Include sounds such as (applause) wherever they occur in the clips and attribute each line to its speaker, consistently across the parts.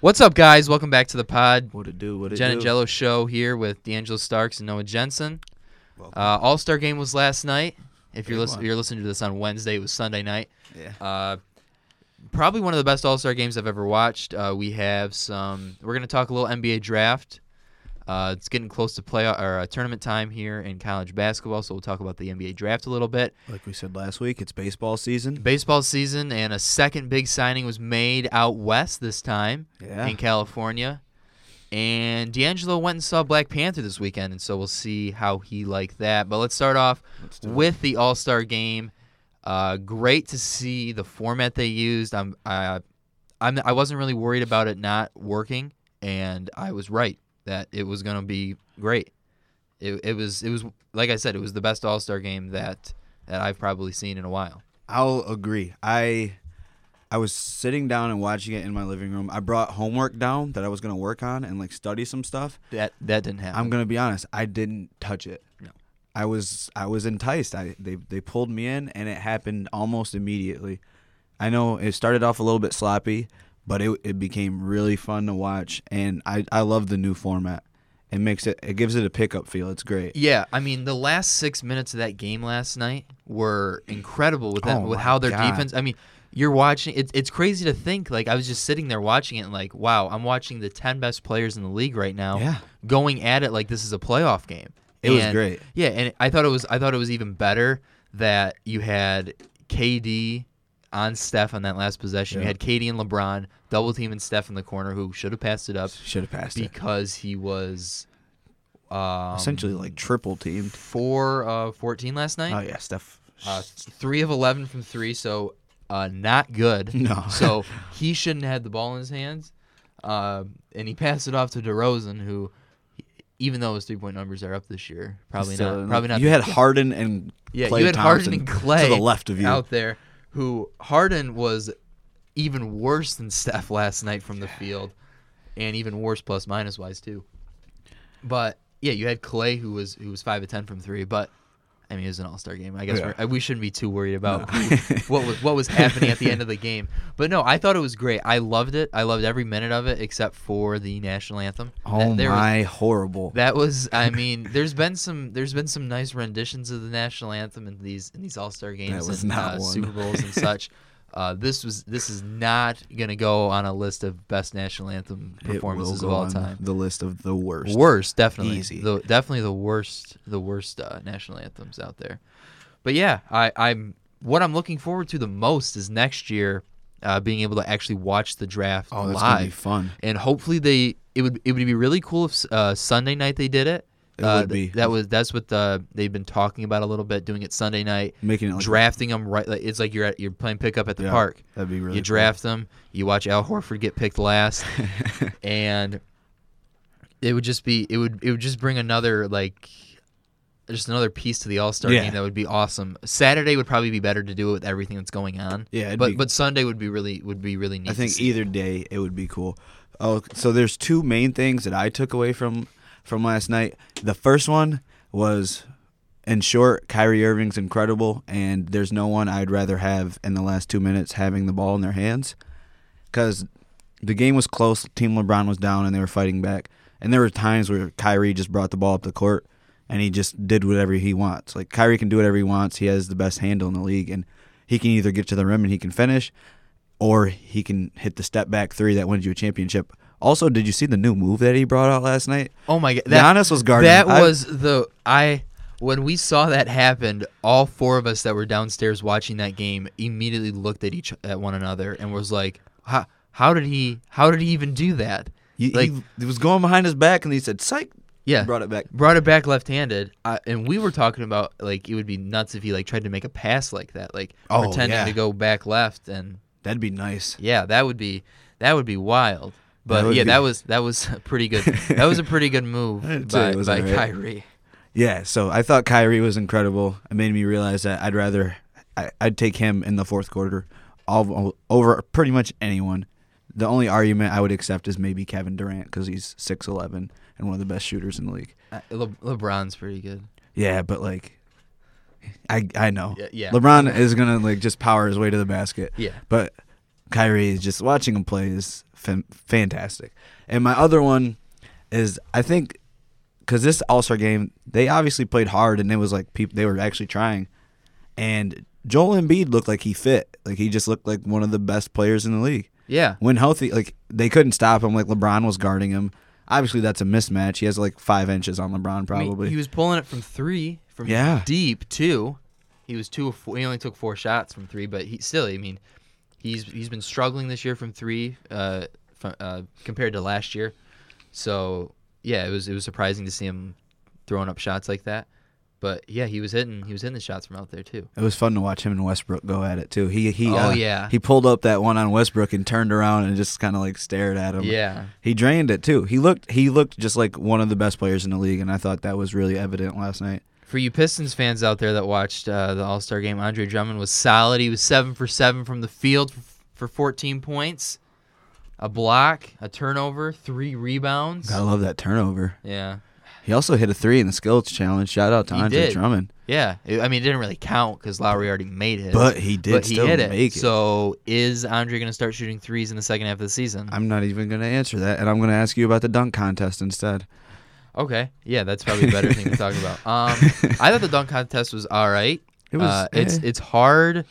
Speaker 1: What's up, guys? Welcome back to the pod.
Speaker 2: What it do? What it
Speaker 1: Jen and
Speaker 2: do?
Speaker 1: Jello show here with D'Angelo Starks and Noah Jensen.
Speaker 2: Welcome.
Speaker 1: Uh, All Star game was last night. If you're
Speaker 2: Big
Speaker 1: listening,
Speaker 2: one.
Speaker 1: you're listening to this on Wednesday. It was Sunday night.
Speaker 2: Yeah.
Speaker 1: Uh, probably one of the best All Star games I've ever watched. Uh, we have some. We're gonna talk a little NBA draft. Uh, it's getting close to play or uh, tournament time here in college basketball, so we'll talk about the NBA draft a little bit.
Speaker 2: Like we said last week, it's baseball season.
Speaker 1: Baseball season and a second big signing was made out west this time
Speaker 2: Yeah.
Speaker 1: in California. And D'Angelo went and saw Black Panther this weekend, and so we'll see how he liked that. But let's start off
Speaker 2: Let's do it.
Speaker 1: with the All Star Game. Uh, great to see the format they used. I'm, I, I'm, I wasn't really worried about it not working, and I was right that it was gonna be great. It, it was, it was like I said, it was the best All Star Game that that I've probably seen in a while.
Speaker 2: I'll agree. I I was sitting down and watching it in my living room. I brought homework down that I was gonna work on and like study some stuff.
Speaker 1: That that didn't happen.
Speaker 2: I'm gonna be honest. I didn't touch it.
Speaker 1: No.
Speaker 2: I was I was enticed. I they they pulled me in and it happened almost immediately. I know it started off a little bit sloppy, but it it became really fun to watch and I I love the new format. It makes it it gives it a pickup feel. It's great.
Speaker 1: Yeah, I mean the last six minutes of that game last night were incredible with that,
Speaker 2: Oh
Speaker 1: with
Speaker 2: my
Speaker 1: how their
Speaker 2: God.
Speaker 1: defense. I mean, you're watching. It's it's crazy to think. Like I was just sitting there watching it, and like wow, I'm watching the ten best players in the league right now.
Speaker 2: Yeah.
Speaker 1: going at it like this is a playoff game.
Speaker 2: It was
Speaker 1: And-
Speaker 2: great.
Speaker 1: Yeah, and I thought it was. I thought it was even better that you had KD on Steph on that last possession. You
Speaker 2: Yeah.
Speaker 1: had KD and LeBron double teaming Steph in the corner, who should have passed it up
Speaker 2: Should have passed it.
Speaker 1: because he was. Um,
Speaker 2: Essentially like triple teamed.
Speaker 1: four of 14 last night.
Speaker 2: Oh yeah, Steph.
Speaker 1: Uh, three of 11 from three, so uh, not good.
Speaker 2: (laughs) No.
Speaker 1: so he shouldn't have had the ball in his hands. Uh, and he (laughs) passed it off to DeRozan, who, even though his three point numbers are up this year, probably
Speaker 2: Still,
Speaker 1: not. Probably not.
Speaker 2: You had Harden and
Speaker 1: yeah,
Speaker 2: Clay
Speaker 1: you had
Speaker 2: Thompson
Speaker 1: Harden and Clay
Speaker 2: to the left of you.
Speaker 1: out there, who Harden was even worse than Steph last night from the field, and even worse plus minus wise too. But yeah, you had Clay who was who was five of ten from three, but. I mean, it was an All Star game. I guess
Speaker 2: Yeah.
Speaker 1: we're, we shouldn't be too worried
Speaker 2: (laughs)
Speaker 1: about who- what was what was happening at the end of the game. But no, I thought it was great. I loved it. I loved every minute of it except for the national anthem.
Speaker 2: Oh
Speaker 1: there was-
Speaker 2: my, horrible.
Speaker 1: that was, I mean, there's been some, there's been some nice renditions of the national anthem in these in these All Star games
Speaker 2: was
Speaker 1: and
Speaker 2: not
Speaker 1: uh,
Speaker 2: one.
Speaker 1: Super Bowls
Speaker 2: (laughs)
Speaker 1: and such. Uh, this was, this is not gonna go on a list of best national anthem
Speaker 2: It will
Speaker 1: performances
Speaker 2: go
Speaker 1: of all
Speaker 2: on
Speaker 1: time.
Speaker 2: The list of the worst.
Speaker 1: Worst, definitely,
Speaker 2: Easy.
Speaker 1: The, definitely the worst, the worst uh, national anthems out there. But yeah, I, I'm what I'm looking forward to the most is next year, uh, being able to actually watch the draft
Speaker 2: Oh, that's gonna be
Speaker 1: live
Speaker 2: fun.
Speaker 1: and hopefully they it would it would be really cool if uh, Sunday night they did it.
Speaker 2: It
Speaker 1: uh,
Speaker 2: would
Speaker 1: th-
Speaker 2: be.
Speaker 1: That was that's what uh, they've been talking about a little bit, doing it Sunday night,
Speaker 2: Making it like
Speaker 1: drafting them right. Like, it's like you're at, you're playing pickup at the
Speaker 2: Yeah,
Speaker 1: park.
Speaker 2: That'd be really.
Speaker 1: you draft them, you watch Al Horford get picked
Speaker 2: (laughs)
Speaker 1: last, and it would just be it would it would just bring another like just another piece to the All Star
Speaker 2: Yeah.
Speaker 1: game that would be awesome. Saturday would probably be better to do it with everything that's going on.
Speaker 2: Yeah, it'd
Speaker 1: but
Speaker 2: be-
Speaker 1: but Sunday would be really would be really neat.
Speaker 2: I
Speaker 1: to
Speaker 2: think E
Speaker 1: see.
Speaker 2: either day it would be cool. Oh, so there's two main things that I took away from from last night. The first one was, in short, Kyrie Irving's incredible, and there's no one I'd rather have in the last two minutes having the ball in their hands, because the game was close. Team LeBron was down, and they were fighting back. And there were times where Kyrie just brought the ball up the court, and he just did whatever he wants. Like Kyrie can do whatever he wants. He has the best handle in the league, and he can either get to the rim and he can finish, or he can hit the step back three that wins you a championship. Also, did you see the new move that he brought out last night?
Speaker 1: Oh my god,
Speaker 2: Giannis was guarding
Speaker 1: That
Speaker 2: him. I-
Speaker 1: was the I when we saw that happen. All four of us that were downstairs watching that game immediately looked at each at one another and was like, "How how did he how did he even do that?"
Speaker 2: He,
Speaker 1: like
Speaker 2: he, he was going behind his back, and he said, "Psych."
Speaker 1: yeah,
Speaker 2: brought it back.
Speaker 1: brought it back left-handed, I, and we were talking about like it would be nuts if he like tried to make a pass like that, like
Speaker 2: Oh,
Speaker 1: pretending
Speaker 2: yeah.
Speaker 1: to go back left, and
Speaker 2: That'd be nice.
Speaker 1: yeah, that would be that would be wild. But
Speaker 2: would
Speaker 1: yeah,
Speaker 2: be-
Speaker 1: that was that was (laughs) a pretty good. that was a pretty good move
Speaker 2: (laughs) I'd say
Speaker 1: by,
Speaker 2: it was
Speaker 1: by
Speaker 2: alright.
Speaker 1: Kyrie.
Speaker 2: Yeah, so I thought Kyrie was incredible. It made me realize that I'd rather I, I'd take him in the fourth quarter all, over pretty much anyone. The only argument I would accept is maybe Kevin Durant because he's six eleven and one of the best shooters in the league.
Speaker 1: Uh, Le- LeBron's pretty good.
Speaker 2: Yeah, but like, I I know.
Speaker 1: Yeah, yeah.
Speaker 2: LeBron is gonna like just power his way to the basket.
Speaker 1: Yeah.
Speaker 2: But Kyrie is just watching him play is fan- fantastic. And my other one is I think because this All Star game they obviously played hard and it was like people they were actually trying. And Joel Embiid looked like he fit, like he just looked like one of the best players in the league
Speaker 1: Yeah.
Speaker 2: when healthy. Like they couldn't stop him. Like LeBron was guarding him. Obviously, that's a mismatch. He has like five inches on LeBron,
Speaker 1: I mean,
Speaker 2: probably.
Speaker 1: he was pulling it from three, from
Speaker 2: Yeah.
Speaker 1: deep too. He was two of four. He only took four shots from three, but he still. I mean, he's he's been struggling this year from three, uh, from, uh, compared to last year. So yeah, it was it was surprising to see him throwing up shots like that. But yeah, he was hitting he was hitting the shots from out there too.
Speaker 2: It was fun to watch him and Westbrook go at it too. He he.
Speaker 1: Oh,
Speaker 2: uh,
Speaker 1: yeah.
Speaker 2: He pulled up that one on Westbrook and turned around and just kind of like stared at him.
Speaker 1: Yeah,
Speaker 2: He drained it too. He looked he looked just like one of the best players in the league, and I thought that was really evident last night.
Speaker 1: for you Pistons fans out there that watched uh, the All Star game, Andre Drummond was solid. He was seven for seven from the field for, for 14 points, a block, a turnover, three rebounds.
Speaker 2: I love that turnover.
Speaker 1: Yeah,
Speaker 2: He also hit a three in the skills challenge. Shout out to
Speaker 1: He
Speaker 2: Andre
Speaker 1: did.
Speaker 2: Drummond.
Speaker 1: yeah. It- I mean, it didn't really count because Lowry already made his.
Speaker 2: But he did
Speaker 1: but he
Speaker 2: still
Speaker 1: hit it.
Speaker 2: make it.
Speaker 1: So is Andre going to start shooting threes in the second half of the season?
Speaker 2: I'm not even gonna answer that, and I'm gonna ask you about the dunk contest instead.
Speaker 1: okay, yeah, that's probably a better thing to talk about.
Speaker 2: (laughs)
Speaker 1: Um, I thought the dunk contest was all right.
Speaker 2: It was
Speaker 1: Uh, it's
Speaker 2: eh.
Speaker 1: it's hard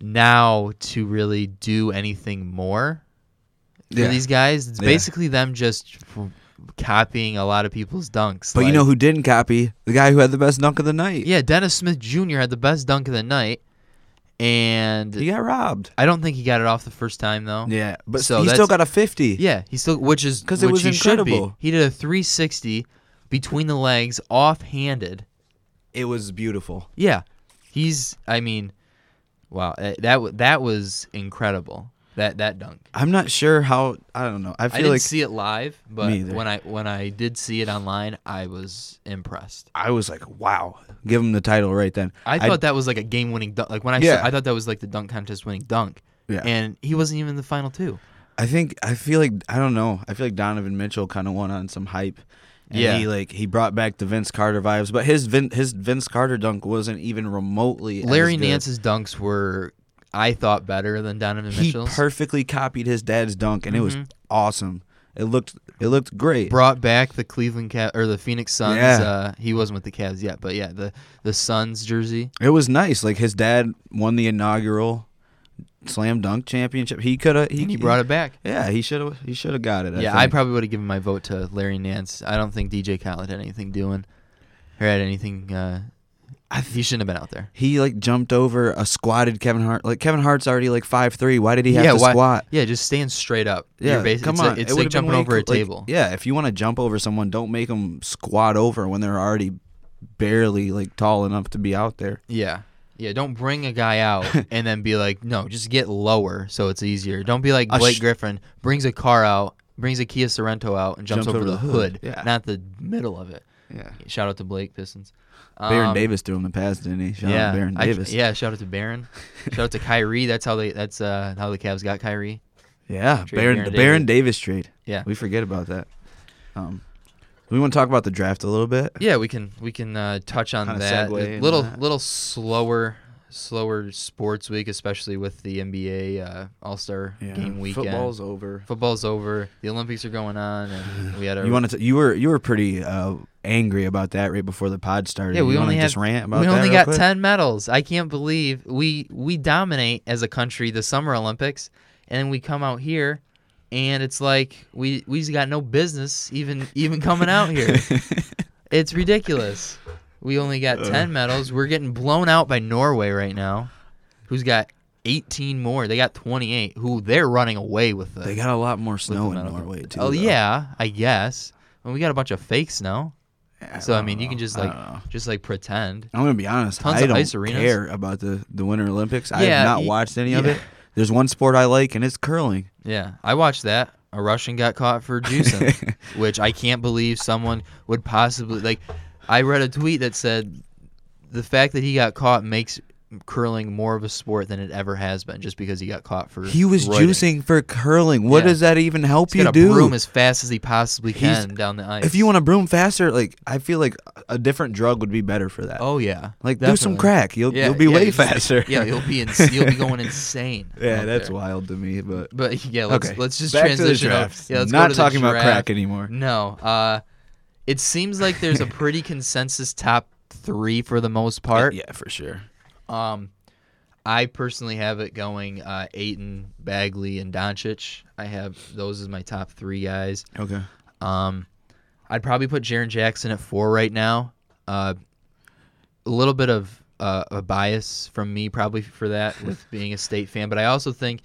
Speaker 1: now to really do anything more for
Speaker 2: Yeah.
Speaker 1: these guys. It's
Speaker 2: Yeah.
Speaker 1: basically them just f- copying a lot of people's dunks.
Speaker 2: But you
Speaker 1: Like-
Speaker 2: know who didn't copy? The guy who had the best dunk of the night.
Speaker 1: yeah, Dennis Smith Jr. had the best dunk of the night, and
Speaker 2: He got robbed.
Speaker 1: I don't think he got it off the first time though.
Speaker 2: Yeah, but
Speaker 1: So
Speaker 2: he
Speaker 1: that's-
Speaker 2: still got a 50.
Speaker 1: Yeah, he still, which is
Speaker 2: 'Cause it
Speaker 1: which
Speaker 2: was
Speaker 1: he should be.
Speaker 2: incredible.
Speaker 1: He did a 360 between the legs, off-handed.
Speaker 2: It was beautiful.
Speaker 1: Yeah, he's. I mean, wow, eh, that w- that was incredible. That that dunk.
Speaker 2: I'm not sure how. I don't know. I
Speaker 1: I,
Speaker 2: feel
Speaker 1: didn't
Speaker 2: like
Speaker 1: see it live, but
Speaker 2: Me either.
Speaker 1: when I when I did see it online, I was impressed.
Speaker 2: I was like, wow. Give him the title right then.
Speaker 1: I thought that was like a game-winning dunk. Like when I
Speaker 2: Yeah.
Speaker 1: saw, I thought that was like the dunk contest winning dunk.
Speaker 2: Yeah.
Speaker 1: And he wasn't even in the final two.
Speaker 2: I think I feel like I don't know. I feel like Donovan Mitchell kind of won on some hype. And
Speaker 1: Yeah.
Speaker 2: he like he brought back the Vince Carter vibes, but his Vin, his Vince Carter dunk wasn't even remotely. as
Speaker 1: Larry
Speaker 2: good.
Speaker 1: Nance's dunks were, I thought, better than Donovan
Speaker 2: he
Speaker 1: Mitchell's. Mm-hmm.
Speaker 2: perfectly copied his dad's dunk, and it was awesome. It looked it looked great.
Speaker 1: brought back the Cleveland Cav- or the Phoenix Suns.
Speaker 2: Yeah.
Speaker 1: Uh, he wasn't with the Cavs yet, but yeah, the the Suns jersey.
Speaker 2: It was nice. Like his dad won the inaugural slam dunk championship. He could have. He,
Speaker 1: He brought it back.
Speaker 2: Yeah, he should have. He should have got it. I
Speaker 1: yeah, I
Speaker 2: think.
Speaker 1: probably would have given my vote to Larry Nance. I don't think DJ Khaled had anything doing or had anything. Uh, he shouldn't have been out there.
Speaker 2: he like jumped over a squatted Kevin Hart. Like Kevin Hart's already like five three. Why did he have to
Speaker 1: why-
Speaker 2: squat?
Speaker 1: Yeah, just stand straight up.
Speaker 2: Yeah,
Speaker 1: You're basi-
Speaker 2: come
Speaker 1: it's
Speaker 2: on.
Speaker 1: Like, it's
Speaker 2: it
Speaker 1: like
Speaker 2: would've been
Speaker 1: jumping
Speaker 2: way
Speaker 1: over a
Speaker 2: cool- like,
Speaker 1: table.
Speaker 2: yeah, if you want to jump over someone, don't make them squat over when they're already barely like tall enough to be out there.
Speaker 1: Yeah. Yeah, don't bring a guy
Speaker 2: (laughs)
Speaker 1: out and then be like, no, just get lower so it's easier. Don't be like
Speaker 2: A
Speaker 1: Blake
Speaker 2: sh-
Speaker 1: Griffin brings a car out, brings a Kia Sorento out and jumps, over, the hood,
Speaker 2: yeah.
Speaker 1: not the middle of it.
Speaker 2: Yeah,
Speaker 1: Shout out to Blake Pistons.
Speaker 2: Baron
Speaker 1: Um,
Speaker 2: Davis threw him the pass, didn't he? Shout
Speaker 1: yeah,
Speaker 2: out Baron
Speaker 1: I-
Speaker 2: Davis.
Speaker 1: yeah, shout out to
Speaker 2: (laughs)
Speaker 1: Baron. shout out to Kyrie. That's how they. That's uh, how the Cavs got Kyrie.
Speaker 2: Yeah,
Speaker 1: Trade
Speaker 2: Baron,
Speaker 1: Baron
Speaker 2: the Baron Davis trade.
Speaker 1: Yeah.
Speaker 2: we forget about that. Um, we want to talk about the draft a little bit.
Speaker 1: Yeah, we can we can uh, touch on
Speaker 2: Kinda
Speaker 1: that.
Speaker 2: segue into
Speaker 1: Little
Speaker 2: that.
Speaker 1: little slower slower sports week, especially with the NBA uh, All Star game weekend.
Speaker 2: Football's over.
Speaker 1: Football's over. The Olympics are going on, and
Speaker 2: (sighs)
Speaker 1: we had our
Speaker 2: You wanted to, you were you were pretty uh, angry about that right before the pod started.
Speaker 1: yeah. We
Speaker 2: You wanna
Speaker 1: only had
Speaker 2: just rant about
Speaker 1: we
Speaker 2: that
Speaker 1: only
Speaker 2: real
Speaker 1: got
Speaker 2: quick?
Speaker 1: ten medals. I can't believe we we dominate as a country the Summer Olympics, and then we come out here, and it's like we we just got no business even even coming out
Speaker 2: (laughs)
Speaker 1: here. it's ridiculous. We only got ten medals. We're getting blown out by Norway right now, who's got. 18 more. They got 28. Who they're running away with the
Speaker 2: They got a lot more snow in
Speaker 1: amount of-
Speaker 2: Norway too.
Speaker 1: Oh
Speaker 2: though.
Speaker 1: yeah, I guess. Well, we got a bunch of fakes now,
Speaker 2: Yeah,
Speaker 1: so I
Speaker 2: don't
Speaker 1: mean, you
Speaker 2: know.
Speaker 1: can just
Speaker 2: I
Speaker 1: like
Speaker 2: don't know.
Speaker 1: just like pretend.
Speaker 2: I'm gonna be honest.
Speaker 1: Tons
Speaker 2: I
Speaker 1: of
Speaker 2: don't
Speaker 1: ice arenas.
Speaker 2: care about the the Winter Olympics. I
Speaker 1: Yeah,
Speaker 2: have not
Speaker 1: y-
Speaker 2: watched any of
Speaker 1: yeah.
Speaker 2: it. There's one sport I like, and it's curling.
Speaker 1: Yeah, I watched that. A Russian got caught for juicing,
Speaker 2: (laughs)
Speaker 1: which I can't believe someone would possibly like. I read a tweet that said the fact that he got caught makes curling more of a sport than it ever has been, just because he got caught for
Speaker 2: He was
Speaker 1: roiding.
Speaker 2: juicing for curling. What
Speaker 1: Yeah.
Speaker 2: does that even help
Speaker 1: He's
Speaker 2: you
Speaker 1: got
Speaker 2: do?
Speaker 1: a broom as fast as he possibly
Speaker 2: He's-
Speaker 1: can down the ice.
Speaker 2: if you want to broom faster, like I feel like a different drug would be better for that.
Speaker 1: oh yeah,
Speaker 2: like do some
Speaker 1: definitely.
Speaker 2: crack. You'll
Speaker 1: Yeah,
Speaker 2: you'll be
Speaker 1: yeah,
Speaker 2: way
Speaker 1: you just-
Speaker 2: faster.
Speaker 1: (laughs) yeah, you'll be ins- you'll be
Speaker 2: (laughs)
Speaker 1: going insane.
Speaker 2: yeah,
Speaker 1: out
Speaker 2: that's
Speaker 1: there.
Speaker 2: wild to me. But
Speaker 1: But yeah, let's
Speaker 2: okay,
Speaker 1: let's just
Speaker 2: Back to the
Speaker 1: transition. up.
Speaker 2: draft.
Speaker 1: Yeah, let's go
Speaker 2: not
Speaker 1: to the
Speaker 2: talking about
Speaker 1: draft.
Speaker 2: crack anymore.
Speaker 1: No. Uh, it seems like there's a pretty consensus top three for the most part.
Speaker 2: Yeah, for sure.
Speaker 1: Um, I personally have it going uh, Aiton, Bagley, and Doncic. I have those as my top three guys.
Speaker 2: Okay.
Speaker 1: Um, I'd probably put Jaron Jackson at four right now. Uh, a little bit of uh, a bias from me probably for
Speaker 2: (laughs)
Speaker 1: that with being a state fan, but I also think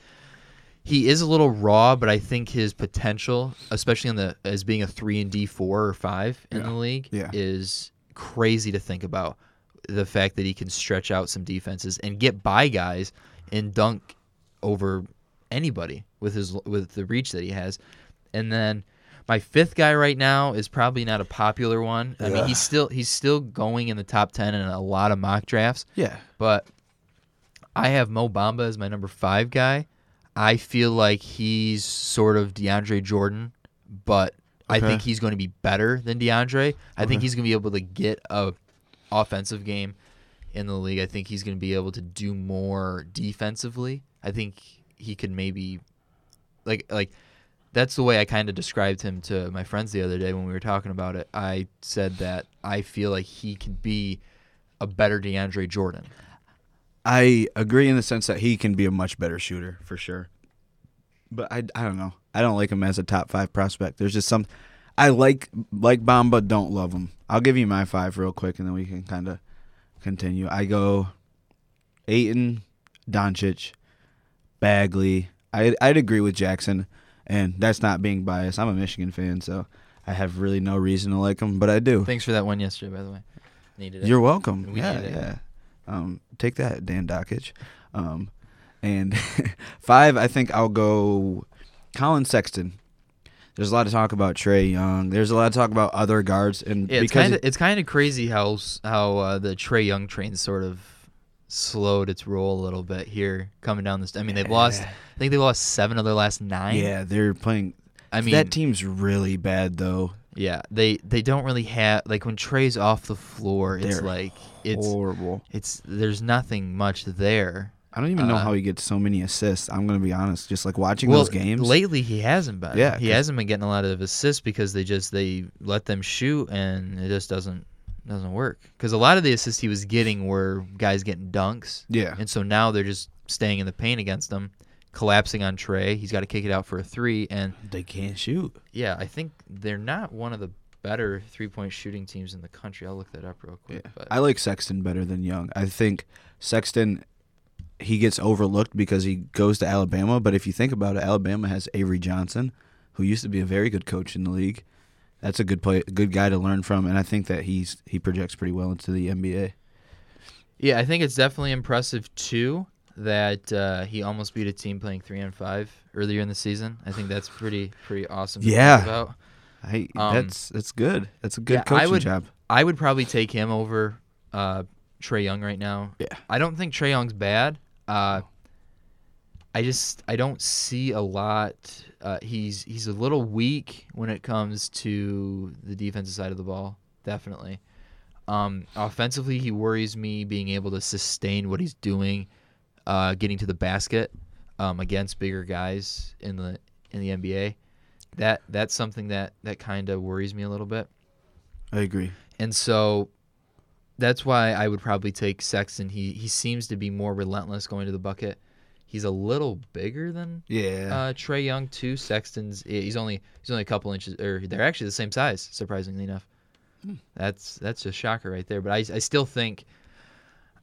Speaker 1: he is a little raw. But I think his potential, especially on the as being a three and D four or five in
Speaker 2: Yeah.
Speaker 1: the league,
Speaker 2: Yeah.
Speaker 1: is crazy to think about. The fact that he can stretch out some defenses and get by guys and dunk over anybody with his with the reach that he has. And then my fifth guy right now is probably not a popular one. I mean,
Speaker 2: Yeah.
Speaker 1: he's still he's still going in the top ten in a lot of mock drafts,
Speaker 2: Yeah.
Speaker 1: but I have Mo Bamba as my number five guy. I feel like he's sort of DeAndre Jordan, but I
Speaker 2: Okay.
Speaker 1: think he's going to be better than DeAndre. I think
Speaker 2: Okay.
Speaker 1: he's going to be able to get a offensive game in the league. I think he's going to be able to do more defensively. I think he could maybe like like that's the way I kind of described him to my friends the other day when we were talking about it. I said that I feel like he could be a better DeAndre Jordan.
Speaker 2: I agree in the sense that he can be a much better shooter for sure. But I, I don't know. I don't like him as a top five prospect. There's just some I like like Bamba, don't love him. I'll give you my five real quick and then we can kinda continue. I go Aiton, Doncic, Bagley. I I'd agree with Jackson and that's not being biased. I'm a Michigan fan, so I have really no reason to like him, but I do.
Speaker 1: Thanks for that one yesterday, by the way. Needed it.
Speaker 2: You're welcome.
Speaker 1: We
Speaker 2: yeah,
Speaker 1: need it.
Speaker 2: yeah. Um, take that, Dan Dockage. Um, and (laughs) five, I think I'll go Colin Sexton. There's a lot of talk about Trey Young. There's a lot of talk about other guards, and
Speaker 1: yeah, it's
Speaker 2: because
Speaker 1: kind of it's kind of crazy how s- how uh, the Trey Young train sort of slowed its roll a little bit here coming down this. I mean, they've lost. I think they lost seven of their last nine.
Speaker 2: yeah, they're playing.
Speaker 1: I mean,
Speaker 2: that team's really bad, though.
Speaker 1: yeah, they they don't really have like when Trey's off the floor, it's
Speaker 2: They're
Speaker 1: like it's
Speaker 2: Horrible.
Speaker 1: it's there's nothing much there.
Speaker 2: I don't even know
Speaker 1: uh,
Speaker 2: how he gets so many assists. I'm gonna be honest. Just like watching those games.
Speaker 1: lately he hasn't been.
Speaker 2: Yeah,
Speaker 1: he
Speaker 2: 'cause-
Speaker 1: hasn't been getting a lot of assists because they just they let them shoot and it just doesn't doesn't work. Because a lot of the assists he was getting were guys getting dunks,
Speaker 2: Yeah.
Speaker 1: and so now they're just staying in the paint against him, collapsing on Trey. He's got to kick it out for a three, and
Speaker 2: They can't shoot.
Speaker 1: yeah, I think they're not one of the better three point shooting teams in the country. I'll look that up real quick. But
Speaker 2: I like Sexton better than Young. I think Sexton he gets overlooked because he goes to Alabama, but if you think about it, Alabama has Avery Johnson, who used to be a very good coach in the league. That's a good play, good guy to learn from, and I think that he's he projects pretty well into the NBA.
Speaker 1: Yeah, I think it's definitely impressive too that uh, he almost beat a team playing three on five earlier in the season. I think that's pretty pretty awesome. To think
Speaker 2: Yeah.
Speaker 1: about.
Speaker 2: I,
Speaker 1: Um,
Speaker 2: that's that's good. That's a good
Speaker 1: yeah, I
Speaker 2: coaching
Speaker 1: would-
Speaker 2: job.
Speaker 1: I would probably take him over uh, Trey Young right now.
Speaker 2: Yeah.
Speaker 1: I don't think Trey Young's bad. Uh, I just I don't see a lot. Uh, he's he's a little weak when it comes to the defensive side of the ball. Definitely. Um, offensively, he worries me being able to sustain what he's doing, uh, getting to the basket um, against bigger guys in the in the NBA. That that's something that that kind of worries me a little bit.
Speaker 2: I agree.
Speaker 1: And so that's why I would probably take Sexton. He he seems to be more relentless going to the bucket. He's a little bigger than
Speaker 2: Yeah.
Speaker 1: uh, Trey Young too. Sexton's eh, he's only he's only a couple inches or they're actually the same size, surprisingly enough. That's that's a shocker right there. But I I still think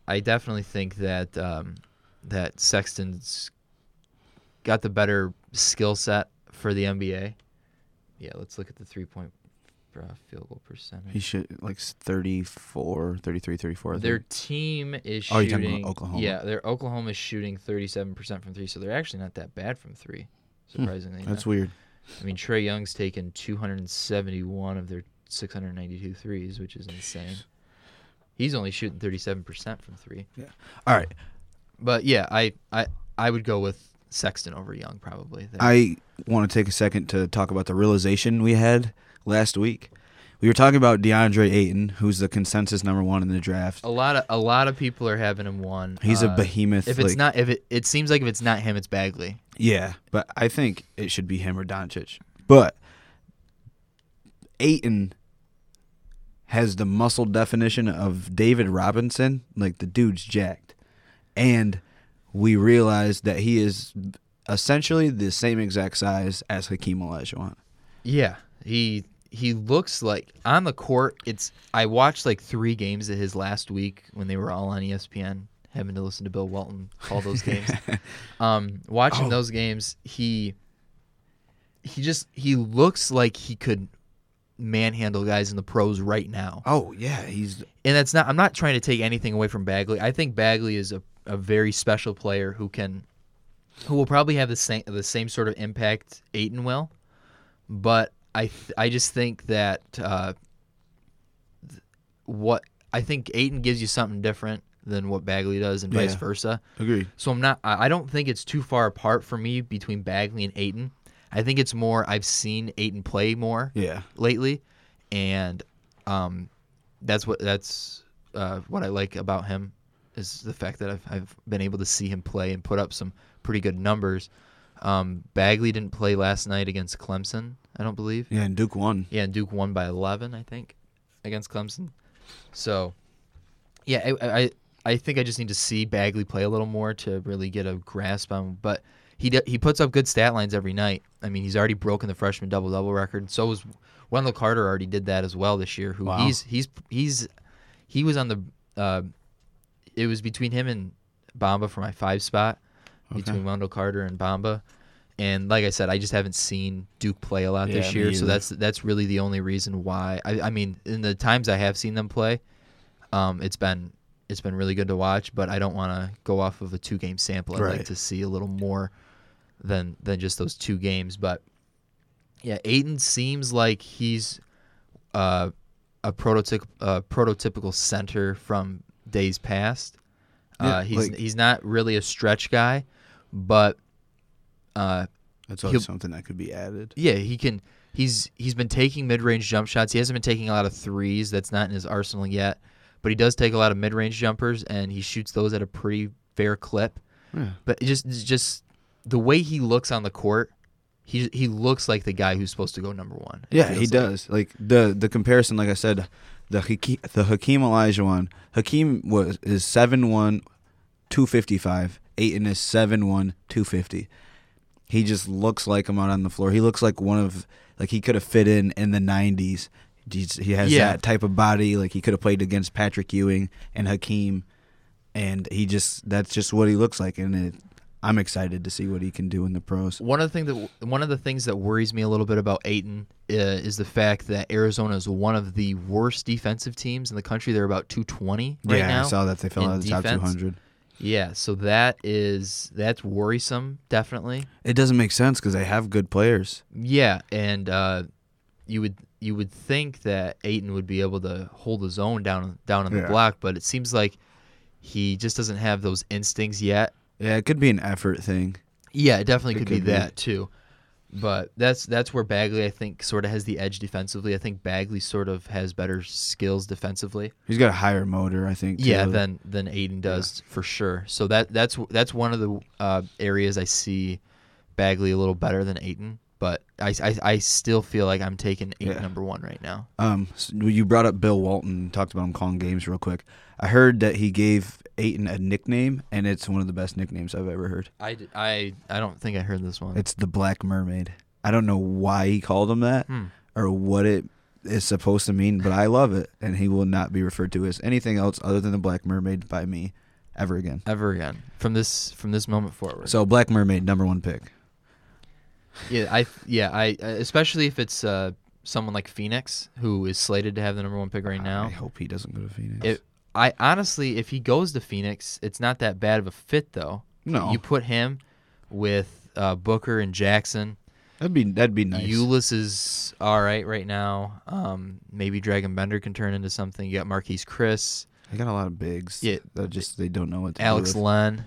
Speaker 1: I definitely think that um, that Sexton's got the better skill set for the NBA. Yeah, let's look at the three point uh, field goal percentage.
Speaker 2: he should like 34, 33, 34. I think.
Speaker 1: Their team is shooting.
Speaker 2: Oh, you're talking about Oklahoma.
Speaker 1: Yeah, their Oklahoma is shooting 37% from three, so they're actually not that bad from three, surprisingly.
Speaker 2: Hmm.
Speaker 1: enough.
Speaker 2: That's weird.
Speaker 1: I mean, Trey Young's taken 271 of their 692 threes, which is insane. He's only shooting 37% from three.
Speaker 2: All right.
Speaker 1: But yeah, I I, I would go with Sexton over Young probably. there.
Speaker 2: I want to take a second to talk about the realization we had last week. We were talking about DeAndre Ayton, who's the consensus number one in the draft.
Speaker 1: a lot of a lot of people are having him one.
Speaker 2: He's a
Speaker 1: Uh,
Speaker 2: behemoth.
Speaker 1: If it's
Speaker 2: like-
Speaker 1: not if it it seems like if it's not him, it's Bagley.
Speaker 2: yeah, but I think it should be him or Doncic. But Ayton has the muscle definition of David Robinson. Like the dude's jacked, and we realized that he is essentially the same exact size as Hakeem Olajuwon.
Speaker 1: Yeah, he he looks like on the court. It's I watched like three games of his last week when they were all on E ESPN, having to listen to Bill Walton call those games. um, watching
Speaker 2: Oh.
Speaker 1: those games, he he just he looks like he could manhandle guys in the pros right now.
Speaker 2: Oh yeah, he's
Speaker 1: And that's not I'm not trying to take anything away from Bagley. I think Bagley is a, a very special player who can who will probably have the same the same sort of impact Aiton will. But I th- I just think that uh, th- what I think Aiton gives you something different than what Bagley does and vice
Speaker 2: Yeah.
Speaker 1: versa.
Speaker 2: agreed.
Speaker 1: So I'm not. I I don't think it's too far apart for me between Bagley and Aiton. I think it's more. I've seen Aiton play more
Speaker 2: Yeah.
Speaker 1: lately, and um, that's what that's uh, what I like about him is the fact that I've, I've been able to see him play and put up some pretty good numbers. Um, Bagley didn't play last night against Clemson, I don't believe.
Speaker 2: Yeah, and Duke won.
Speaker 1: Yeah, and Duke won by 11, I think, against Clemson. So, yeah, I I, I think I just need to see Bagley play a little more to really get a grasp on. But he d- he puts up good stat lines every night. I mean, he's already broken the freshman double double record. So was Wendell Carter already did that as well this year. Who
Speaker 2: Wow.
Speaker 1: he's he's he's he was on the uh, it was between him and Bamba for my five spot between Wendell Carter and Bamba. And like I said, I just haven't seen Duke play a lot
Speaker 2: Yeah,
Speaker 1: this
Speaker 2: me
Speaker 1: year, so
Speaker 2: either.
Speaker 1: that's that's really the only reason why. I, I mean, in the times I have seen them play, um, it's been it's been really good to watch, but I don't want to go off of a two game sample. I'd like
Speaker 2: Right.
Speaker 1: to see a little more than than just those two games. But yeah, Aiden seems like he's uh, a prototyp- uh, prototypical center from days past.
Speaker 2: Yeah,
Speaker 1: uh, he's
Speaker 2: like-
Speaker 1: he's not really a stretch guy, but uh,
Speaker 2: That's
Speaker 1: He'll-
Speaker 2: always something that could be added.
Speaker 1: yeah, he can. He's he's been taking mid range jump shots. He hasn't been taking a lot of threes. That's not in his arsenal yet, but he does take a lot of mid range jumpers, and he shoots those at a pretty fair clip.
Speaker 2: Yeah.
Speaker 1: But it just it's just the way he looks on the court, he he looks like the guy who's supposed to go number one. it
Speaker 2: Yeah, he
Speaker 1: feels like.
Speaker 2: does. Like the the comparison, like I said, the Hakeem, the Hakeem Olajuwon. Hakeem was is 7'1", 255. Aiton is 7'1", 250. He just looks like him out on the floor. He looks like one of like he could have fit in in the nineties. He has
Speaker 1: Yeah.
Speaker 2: that type of body. Like he could have played against Patrick Ewing and Hakeem, and he just that's just what he looks like. And it, I'm excited to see what he can do in the pros.
Speaker 1: One of the things that one of the things that worries me a little bit about Aiton uh, is the fact that Arizona is one of the worst defensive teams in the country. They're about 220 right
Speaker 2: yeah,
Speaker 1: now.
Speaker 2: I saw that they fell
Speaker 1: in
Speaker 2: out of the top
Speaker 1: defense.
Speaker 2: two hundred.
Speaker 1: Yeah, so that is that's worrisome, definitely.
Speaker 2: It doesn't make sense because they have good players.
Speaker 1: Yeah, and uh, you would you would think that Aiton would be able to hold his own down down on the
Speaker 2: Yeah.
Speaker 1: block, but it seems like he just doesn't have those instincts yet.
Speaker 2: Yeah, it could be an effort thing.
Speaker 1: Yeah, it definitely could, be,
Speaker 2: could be.
Speaker 1: that too. But that's that's where Bagley I think sort of has the edge defensively. I think Bagley sort of has better skills defensively.
Speaker 2: He's got a higher motor, I think.
Speaker 1: Yeah,
Speaker 2: too.
Speaker 1: than than Aiden does for sure. So that that's that's one of the uh, areas I see Bagley a little better than Aiden. But I, I, I still feel like I'm taking Aiden
Speaker 2: Yeah.
Speaker 1: number one right now.
Speaker 2: Um, s- you brought up Bill Walton. Talked about him calling games real quick. I heard that he gave Aiton a nickname, and it's one of the best nicknames I've ever heard.
Speaker 1: I, I, I don't think I heard this one.
Speaker 2: It's the Black Mermaid. I don't know why he called him that
Speaker 1: Hmm.
Speaker 2: or what it is supposed to mean, but I love it, and he will not be referred to as anything else other than the Black Mermaid by me ever again.
Speaker 1: Ever again from this from this moment forward.
Speaker 2: So Black Mermaid, number one pick.
Speaker 1: Yeah, I yeah I especially if it's uh, someone like Phoenix who is slated to have the number one pick right
Speaker 2: I
Speaker 1: now.
Speaker 2: hope he doesn't go to Phoenix.
Speaker 1: It, I honestly, if he goes to Phoenix, it's not that bad of a fit though.
Speaker 2: No.
Speaker 1: you put him with uh, Booker and Jackson.
Speaker 2: that'd be that'd be nice.
Speaker 1: Ulyss is all right right now. Um, maybe Dragon Bender can turn into something. You got Marquise Chris.
Speaker 2: They got a lot of bigs.
Speaker 1: Yeah.
Speaker 2: That just they don't know what to
Speaker 1: Alex
Speaker 2: do.
Speaker 1: Len,
Speaker 2: with.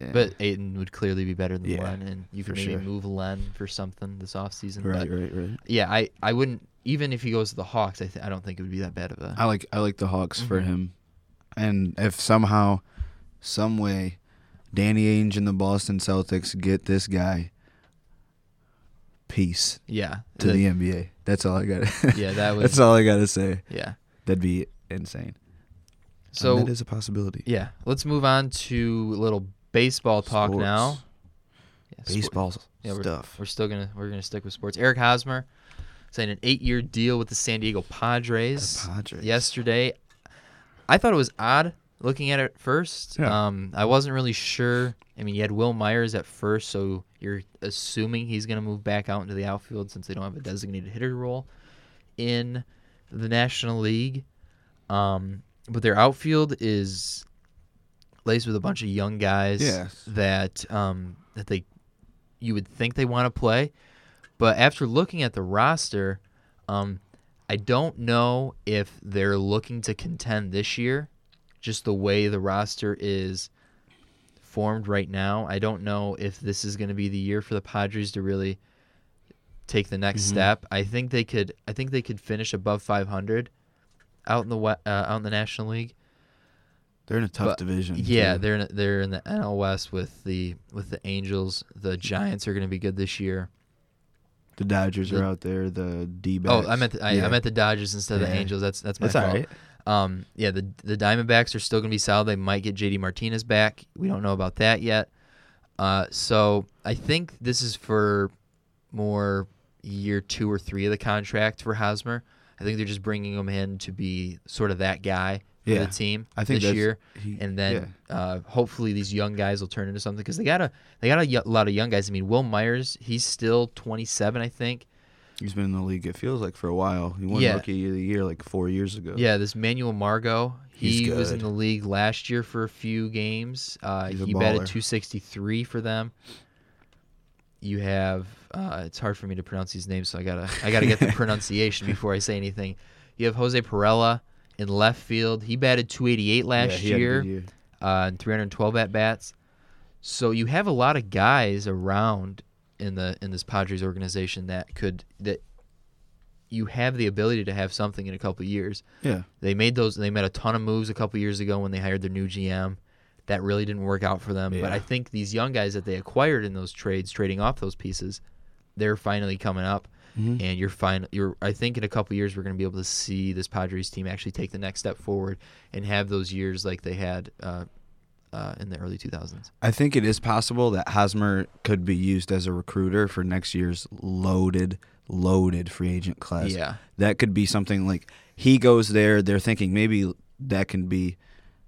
Speaker 2: Yeah.
Speaker 1: but Aiden would clearly be better than
Speaker 2: Yeah,
Speaker 1: Len, and you could
Speaker 2: for
Speaker 1: maybe
Speaker 2: sure.
Speaker 1: move Len for something this offseason.
Speaker 2: right,
Speaker 1: But
Speaker 2: right, right.
Speaker 1: yeah, I, I wouldn't even if he goes to the Hawks. I th- I don't think it would be that bad of a.
Speaker 2: I like I like the Hawks for
Speaker 1: Mm-hmm.
Speaker 2: him, and if somehow, some way, Danny Ainge and the Boston Celtics get this guy, peace
Speaker 1: yeah, Uh,
Speaker 2: to the, NBA. That's all I (laughs) got.
Speaker 1: yeah that
Speaker 2: That's
Speaker 1: was
Speaker 2: all I gotta say.
Speaker 1: yeah.
Speaker 2: That'd be insane.
Speaker 1: So
Speaker 2: and that is a possibility.
Speaker 1: yeah, let's move on to a little baseball talk
Speaker 2: Sports.
Speaker 1: now. Yeah, sport-
Speaker 2: baseball
Speaker 1: Yeah,
Speaker 2: stuff.
Speaker 1: We're still gonna we're gonna stick with sports. Eric Hosmer signed an eight-year deal with the San Diego Padres.
Speaker 2: The Padres.
Speaker 1: Yesterday, I thought it was odd looking at it at first.
Speaker 2: Yeah.
Speaker 1: Um, I wasn't really sure. I mean, you had Will Myers at first, so you're assuming he's gonna move back out into the outfield since they don't have a designated hitter role in the National League. Um, but their outfield is laced with a bunch of young guys
Speaker 2: Yes.
Speaker 1: that um, that they you would think they want to play. But after looking at the roster, um, I don't know if they're looking to contend this year. Just the way the roster is formed right now, I don't know if this is going to be the year for the Padres to really take the next step. I think they could. I think they could finish above 500 out in the we- uh, out in the National League.
Speaker 2: They're in a tough
Speaker 1: But-
Speaker 2: division.
Speaker 1: Yeah,
Speaker 2: too.
Speaker 1: they're in, they're in the NL West with the with the Angels. The Giants are going to be good this year.
Speaker 2: the Dodgers
Speaker 1: the-
Speaker 2: are out there. The D.
Speaker 1: Oh, I meant the, I,
Speaker 2: yeah.
Speaker 1: I meant the Dodgers instead of the
Speaker 2: Yeah.
Speaker 1: Angels. That's that's my
Speaker 2: That's all
Speaker 1: fault.
Speaker 2: right.
Speaker 1: Um, yeah, the the Diamondbacks are still going to be solid. They might get JD Martinez back. We don't know about that yet. Uh, so I think this is for more year two or three of the contract for Hosmer. I think they're just bringing him in to be sort of that guy for
Speaker 2: Yeah.
Speaker 1: the team
Speaker 2: I think
Speaker 1: this
Speaker 2: that's-
Speaker 1: year,
Speaker 2: he-
Speaker 1: and then uh, hopefully these young guys will turn into something because they got a they got a y- lot of young guys. I mean, Will Myers, he's still 27, I think.
Speaker 2: He's been in the league. It feels like for a while. He won
Speaker 1: Yeah.
Speaker 2: Rookie of the Year like four years ago.
Speaker 1: Yeah, this Manuel Margot.
Speaker 2: He's
Speaker 1: He was in
Speaker 2: good.
Speaker 1: the league last year for a few games. Uh,
Speaker 2: He's a
Speaker 1: he batted
Speaker 2: baller.
Speaker 1: 263 for them. You have uh, it's hard for me to pronounce these names, so I gotta I gotta
Speaker 2: (laughs)
Speaker 1: get the pronunciation before I say anything. You have Jose Perella in left field. He batted 288
Speaker 2: Yeah,
Speaker 1: last
Speaker 2: he had a
Speaker 1: year,
Speaker 2: good year.
Speaker 1: uh, and 312 at bats. So you have a lot of guys around in the in this Padres organization that could that you have the ability to have something in a couple years.
Speaker 2: Yeah.
Speaker 1: They made those. They made a ton of moves a couple years ago when they hired their new GM. That really didn't work out for them. But
Speaker 2: Yeah.
Speaker 1: I think these young guys that they acquired in those trades, trading off those pieces, they're finally coming up.
Speaker 2: Mm-hmm.
Speaker 1: And you're fine. You're. I think in a couple years we're going to be able to see this Padres team actually take the next step forward and have those years like they had uh, uh, in the early 2000s.
Speaker 2: I think it is possible that Hosmer could be used as a recruiter for next year's loaded, loaded free agent class.
Speaker 1: Yeah.
Speaker 2: That could be something like he goes there, they're thinking maybe that can be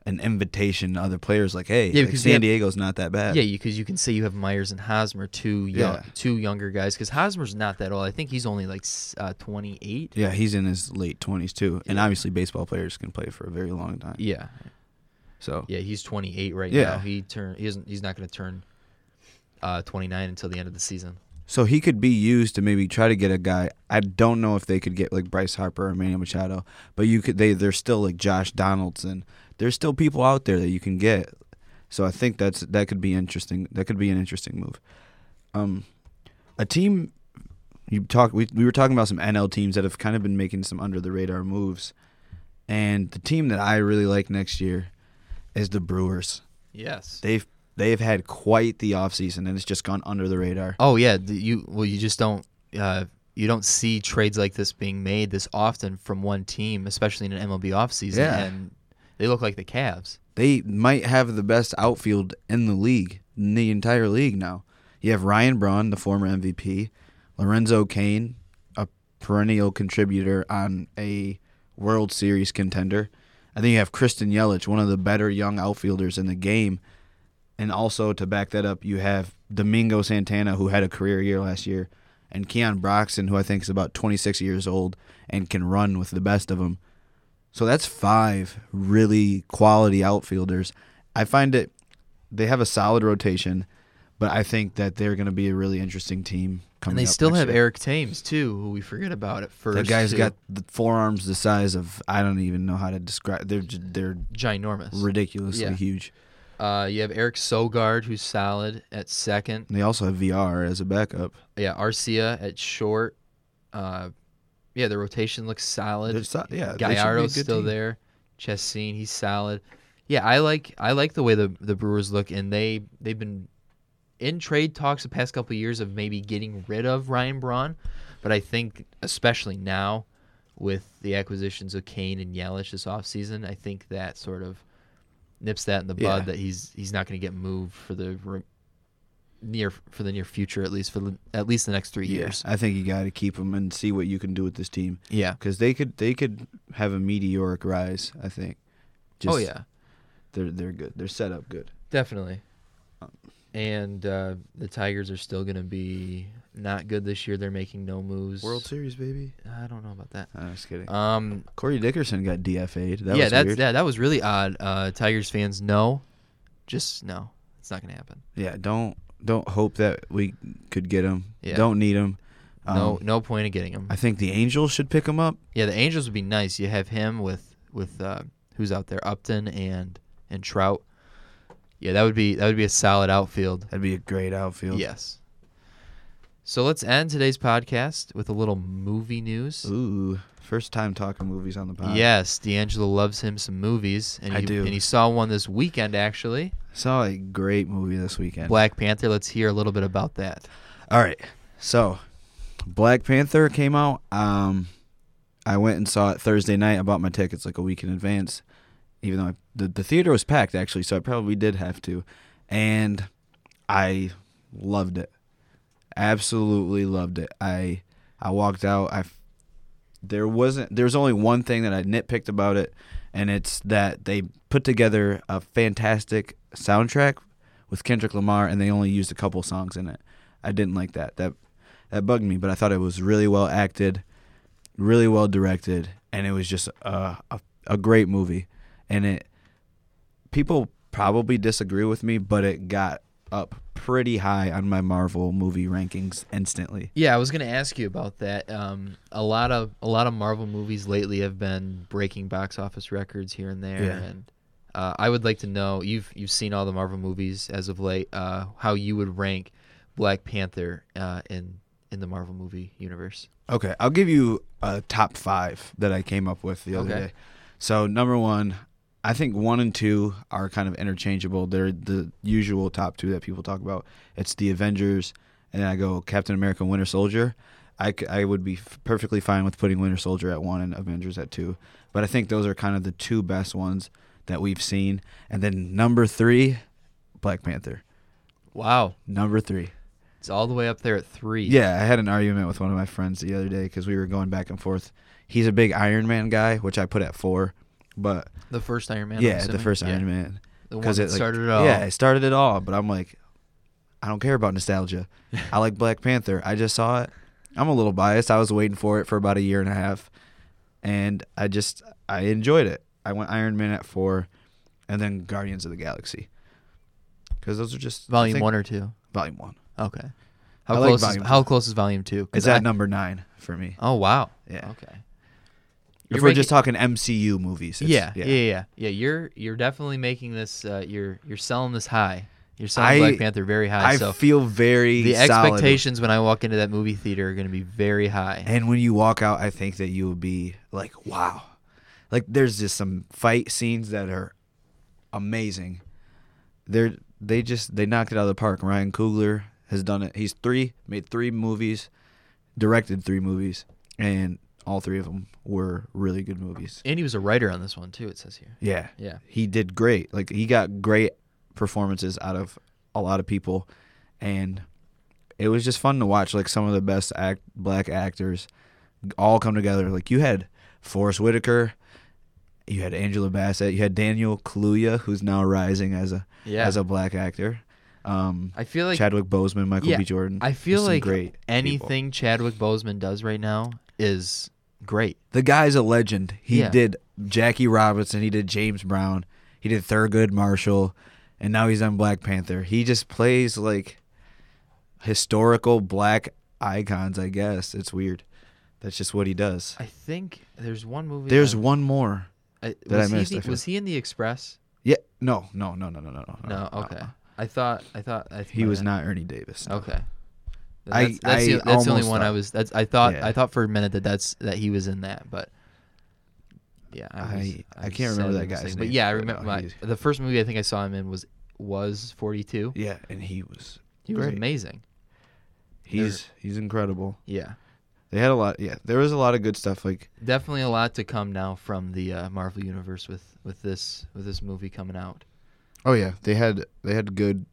Speaker 2: an invitation to other players like, hey,
Speaker 1: Yeah,
Speaker 2: like
Speaker 1: because we
Speaker 2: San
Speaker 1: have-
Speaker 2: Diego's not that bad.
Speaker 1: Yeah, because you can say you have Myers and Hosmer, two young,
Speaker 2: Yeah.
Speaker 1: two younger guys. Because Hosmer's not that old. I think he's only like s- uh, 28.
Speaker 2: Yeah, he's in his late 20s too. And obviously, baseball players can play for a very long time.
Speaker 1: Yeah,
Speaker 2: So,
Speaker 1: Yeah, he's 28 right
Speaker 2: Yeah.
Speaker 1: now. He turn he isn't he's not going to turn uh, 29 until the end of the season.
Speaker 2: So he could be used to maybe try to get a guy. I don't know if they could get like Bryce Harper or Manny Machado, but you could. They there's still like Josh Donaldson. There's still people out there that you can get. So I think that's that could be interesting. That could be an interesting move. Um, a team you talk. We we were talking about some NL teams that have kind of been making some under the radar moves, and the team that I really like next year is the Brewers.
Speaker 1: Yes.
Speaker 2: They've they've had quite the offseason and it's just gone under the radar.
Speaker 1: oh yeah, the, you well you just don't uh, you don't see trades like this being made this often from one team, especially in an MLB offseason
Speaker 2: Yeah.
Speaker 1: and they look like the Cavs.
Speaker 2: they might have the best outfield in the league, in the entire league now. You have Ryan Braun, the former MVP, Lorenzo Kane, a perennial contributor on a World Series contender. I think you have Kristen Yelich, one of the better young outfielders in the game. And also to back that up, you have Domingo Santana, who had a career year last year, and Keon Broxton, who I think is about 26 years old and can run with the best of them. So that's five really quality outfielders. I find it they have a solid rotation, but I think that they're going to be a really interesting team coming.
Speaker 1: And they
Speaker 2: up
Speaker 1: still
Speaker 2: next
Speaker 1: have
Speaker 2: year.
Speaker 1: Eric Thames too, who we forget about at first.
Speaker 2: That guy's
Speaker 1: who-
Speaker 2: got the forearms the size of I don't even know how to describe. They're ju- they're
Speaker 1: ginormous.
Speaker 2: ridiculously
Speaker 1: Yeah.
Speaker 2: huge.
Speaker 1: Uh, you have Eric Sogard, who's solid at second.
Speaker 2: And they also have VR as a backup.
Speaker 1: Yeah, Arcia at short. Uh, yeah, the rotation looks solid.
Speaker 2: They're so- yeah, they should be a
Speaker 1: Gallardo's
Speaker 2: good
Speaker 1: still
Speaker 2: team.
Speaker 1: there. Chessine, he's solid. Yeah, I like I like the way the the Brewers look, and they they've been in trade talks the past couple of years of maybe getting rid of Ryan Braun, but I think especially now with the acquisitions of Kane and Yelich this offseason, I think that sort of nips that in the bud
Speaker 2: Yeah.
Speaker 1: that he's he's not going to get moved for the re- near for the near future at least for the, at least the next three years.
Speaker 2: I think you got to keep them and see what you can do with this team
Speaker 1: Yeah.
Speaker 2: because they could they could have a meteoric rise. I think.
Speaker 1: oh yeah.
Speaker 2: they're they're good. They're set up good.
Speaker 1: Definitely.
Speaker 2: Um,
Speaker 1: And uh, the Tigers are still going to be not good this year. They're making no moves.
Speaker 2: Series, baby.
Speaker 1: I don't know about that.
Speaker 2: I'm Uh, just kidding.
Speaker 1: Um,
Speaker 2: Corey Dickerson got DFA'd. That
Speaker 1: yeah,
Speaker 2: was
Speaker 1: that's
Speaker 2: weird.
Speaker 1: yeah, that was really odd. Uh, Tigers fans, no, just no, it's not going to happen.
Speaker 2: Yeah, don't don't hope that we could get him.
Speaker 1: Yeah.
Speaker 2: Don't need him. Um,
Speaker 1: no, no point in getting him.
Speaker 2: I think the Angels should pick him up.
Speaker 1: yeah, the Angels would be nice. You have him with with uh, who's out there, Upton and and Trout. Yeah, that would be that would be a solid outfield.
Speaker 2: That'd be a great outfield.
Speaker 1: Yes. So let's end today's podcast with a little movie news.
Speaker 2: Ooh, first time talking movies on the pod.
Speaker 1: Yes, D'Angelo loves him some movies, and
Speaker 2: I
Speaker 1: he,
Speaker 2: do.
Speaker 1: And he saw one this weekend actually,
Speaker 2: Saw a great movie this weekend.
Speaker 1: Black Panther. Let's hear a little bit about that.
Speaker 2: All right. So, Black Panther came out. Um, I went and saw it Thursday night. I bought my tickets like a week in advance, even though I, the the theater was packed actually, so I probably did have to. And I loved it. Absolutely loved it. I I walked out. I f- there wasn't there was only one thing that I nitpicked about it, and it's that they put together a fantastic soundtrack with Kendrick Lamar, and they only used a couple songs in it. I didn't like that. That that bugged me, but I thought it was really well acted, really well directed, and it was just a a, a great movie. And it people probably disagree with me, but it got up pretty high on my Marvel movie rankings instantly.
Speaker 1: Yeah, I was gonna ask you about that. Um, a lot of a lot of Marvel movies lately have been breaking box office records here and there,
Speaker 2: Yeah.
Speaker 1: and uh, I would like to know you've you've seen all the Marvel movies as of late. Uh, how you would rank Black Panther uh, in in the Marvel movie universe?
Speaker 2: Okay, I'll give you a top five that I came up with the other
Speaker 1: Okay.
Speaker 2: day. So number one, I think one and two are kind of interchangeable. They're the usual top two that people talk about. It's the Avengers, and then I go Captain America, and Winter Soldier. I, c- I would be f- perfectly fine with putting Winter Soldier at one and Avengers at two, but I think those are kind of the two best ones that we've seen. And then number three, Black Panther.
Speaker 1: Wow,
Speaker 2: Number three.
Speaker 1: it's all the way up there at three.
Speaker 2: Yeah, I had an argument with one of my friends the other day because we were going back and forth. He's a big Iron Man guy, which I put at four, but
Speaker 1: the first Iron Man. I'm
Speaker 2: yeah, the
Speaker 1: assuming?
Speaker 2: first
Speaker 1: Yeah.
Speaker 2: Iron Man
Speaker 1: the one that
Speaker 2: like,
Speaker 1: started it all.
Speaker 2: Yeah, it started it all. But I'm like, I don't care about nostalgia. I like Black Panther. I just saw it. I'm a little biased. I was waiting for it for about a year and a half, and I just I enjoyed it. I went Iron Man at four, and then Guardians of the Galaxy, because those are just I
Speaker 1: Volume
Speaker 2: think-
Speaker 1: one or two.
Speaker 2: Volume one.
Speaker 1: Okay. How
Speaker 2: I like
Speaker 1: close
Speaker 2: volume
Speaker 1: is how close is volume two? 'Cause
Speaker 2: Is that
Speaker 1: I-
Speaker 2: number nine for me?
Speaker 1: Oh wow.
Speaker 2: Yeah.
Speaker 1: Okay.
Speaker 2: If
Speaker 1: You're
Speaker 2: we're
Speaker 1: making-
Speaker 2: just talking MCU movies, it's-
Speaker 1: yeah, yeah, yeah, yeah, Yeah, You're you're definitely making this. Uh, you're you're selling this high. You're selling
Speaker 2: I-
Speaker 1: Black Panther very high.
Speaker 2: I
Speaker 1: so
Speaker 2: feel very
Speaker 1: the
Speaker 2: solid.
Speaker 1: expectations when I walk into that movie theater are going to be very high.
Speaker 2: And when you walk out, I think that you will be like, wow. Like there's just some fight scenes that are amazing. They're they just they knocked it out of the park. Ryan Coogler has done it. He's three made three movies, directed three movies, and all three of them were really good movies.
Speaker 1: And he was a writer on this one too. It says here.
Speaker 2: Yeah.
Speaker 1: Yeah.
Speaker 2: He did great. Like he got great performances out of a lot of people and it was just fun to watch like some of the best act black actors all come together. Like you had Forrest Whitaker, you had Angela Bassett, you had Daniel Kaluuya who's now rising as a
Speaker 1: Yeah.
Speaker 2: as a black actor. Um
Speaker 1: I feel like
Speaker 2: Chadwick Boseman, Michael
Speaker 1: Yeah,
Speaker 2: B. Jordan.
Speaker 1: I feel
Speaker 2: There's some
Speaker 1: like
Speaker 2: great people.
Speaker 1: anything Chadwick Boseman does right now is great.
Speaker 2: The guy's a legend. He
Speaker 1: Yeah.
Speaker 2: did Jackie Robinson. He did James Brown. He did Thurgood Marshall, and now he's on Black Panther. He just plays like historical black icons, I guess. It's weird. That's just what he does.
Speaker 1: I think there's one movie.
Speaker 2: There's
Speaker 1: that-
Speaker 2: one more.
Speaker 1: I, was,
Speaker 2: that I
Speaker 1: he
Speaker 2: missed,
Speaker 1: the-
Speaker 2: I feel.
Speaker 1: was he in the Express?
Speaker 2: Yeah. No, no, no, no, no, no. No. Uh-uh.
Speaker 1: No. Okay. I thought. I thought. I
Speaker 2: uh, He
Speaker 1: might
Speaker 2: was
Speaker 1: have-
Speaker 2: not Ernie Davis. no.
Speaker 1: Okay.
Speaker 2: I-
Speaker 1: That's, that's,
Speaker 2: I
Speaker 1: the, that's the only
Speaker 2: almost
Speaker 1: one I
Speaker 2: thought-
Speaker 1: was. That's, I thought.
Speaker 2: Yeah.
Speaker 1: I thought for a minute that that's that he was in that, but yeah, I was-
Speaker 2: I- I
Speaker 1: was
Speaker 2: can't remember
Speaker 1: sadly
Speaker 2: that guy's
Speaker 1: mistaken. But
Speaker 2: name,
Speaker 1: yeah, I
Speaker 2: but no,
Speaker 1: remember my,
Speaker 2: he's-
Speaker 1: the first movie I think I saw him in was was Forty Two.
Speaker 2: Yeah, and he was.
Speaker 1: He was
Speaker 2: great.
Speaker 1: amazing.
Speaker 2: He's he's incredible.
Speaker 1: Yeah,
Speaker 2: They had a lot. Yeah, there was a lot of good stuff. Like
Speaker 1: definitely a lot to come now from the uh, Marvel Universe with with this with this movie coming out.
Speaker 2: oh yeah, they had they had good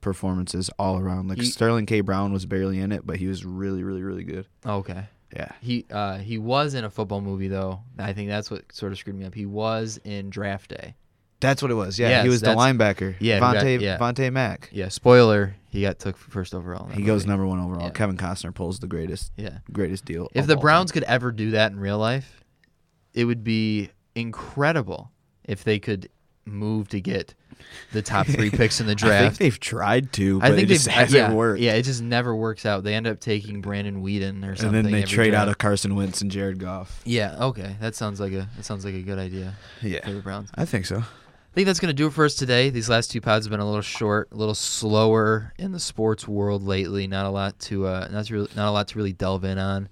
Speaker 2: performances all around. Like
Speaker 1: He-
Speaker 2: Sterling K. Brown was barely in it, but he was really really really good.
Speaker 1: Okay.
Speaker 2: Yeah.
Speaker 1: He uh, he was in a football movie though. I think that's what sort of screwed me up. He was in Draft Day.
Speaker 2: That's what it was. Yeah,
Speaker 1: Yes,
Speaker 2: he was the
Speaker 1: that's-
Speaker 2: linebacker.
Speaker 1: yeah, who got-
Speaker 2: Vontae
Speaker 1: yeah.
Speaker 2: Vontae Mack.
Speaker 1: Yeah. Spoiler: He got took first overall. in that
Speaker 2: He goes
Speaker 1: movie.
Speaker 2: number one overall.
Speaker 1: Yeah.
Speaker 2: Kevin Costner pulls the greatest
Speaker 1: Yeah.
Speaker 2: greatest deal.
Speaker 1: If
Speaker 2: of
Speaker 1: the
Speaker 2: all
Speaker 1: Browns could ever do that in real life, it would be incredible if they could move to get the top
Speaker 2: (laughs)
Speaker 1: three picks in the
Speaker 2: time. I think
Speaker 1: draft.
Speaker 2: they've tried to, but it just
Speaker 1: they've-
Speaker 2: hasn't
Speaker 1: yeah,
Speaker 2: worked.
Speaker 1: Yeah, it just never works out. They end up taking Brandon Whedon or
Speaker 2: and
Speaker 1: something.
Speaker 2: then they
Speaker 1: every
Speaker 2: trade
Speaker 1: draft.
Speaker 2: out of Carson Wentz and Jared Goff.
Speaker 1: Yeah, okay. That sounds like a that sounds like a good idea
Speaker 2: Yeah,
Speaker 1: for the Browns.
Speaker 2: I think so.
Speaker 1: I think that's going to do it for us today. These last two pods have been a little short, a little slower in the sports world lately. Not a lot to uh, not to really, not a lot to really delve in on.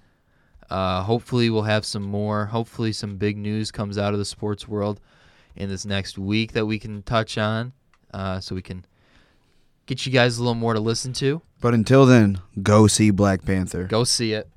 Speaker 1: Uh, hopefully, we'll have some more. Hopefully, some big news comes out of the sports world in this next week that we can touch on, uh, so we can get you guys a little more to listen to.
Speaker 2: But until then, go see Black Panther.
Speaker 1: Go see it.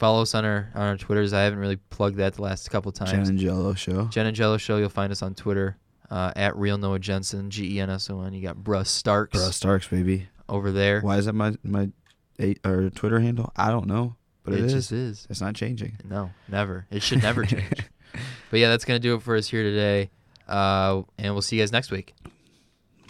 Speaker 1: Follow us on our on our Twitters. I haven't really plugged that the last couple times.
Speaker 2: Jen and Jello show.
Speaker 1: Jen and Jello Show. You'll find us on Twitter uh, at Real Noah Jensen, G E N S O N. You got Bruss Starks
Speaker 2: Bro, Starks baby.
Speaker 1: over there.
Speaker 2: Why is that my my eight, or Twitter handle? I don't know, but it
Speaker 1: it
Speaker 2: is.
Speaker 1: just is.
Speaker 2: It's not changing.
Speaker 1: No, never. It should
Speaker 2: (laughs)
Speaker 1: never change. but yeah, that's gonna do it for us here today. Uh, and we'll see you guys next week.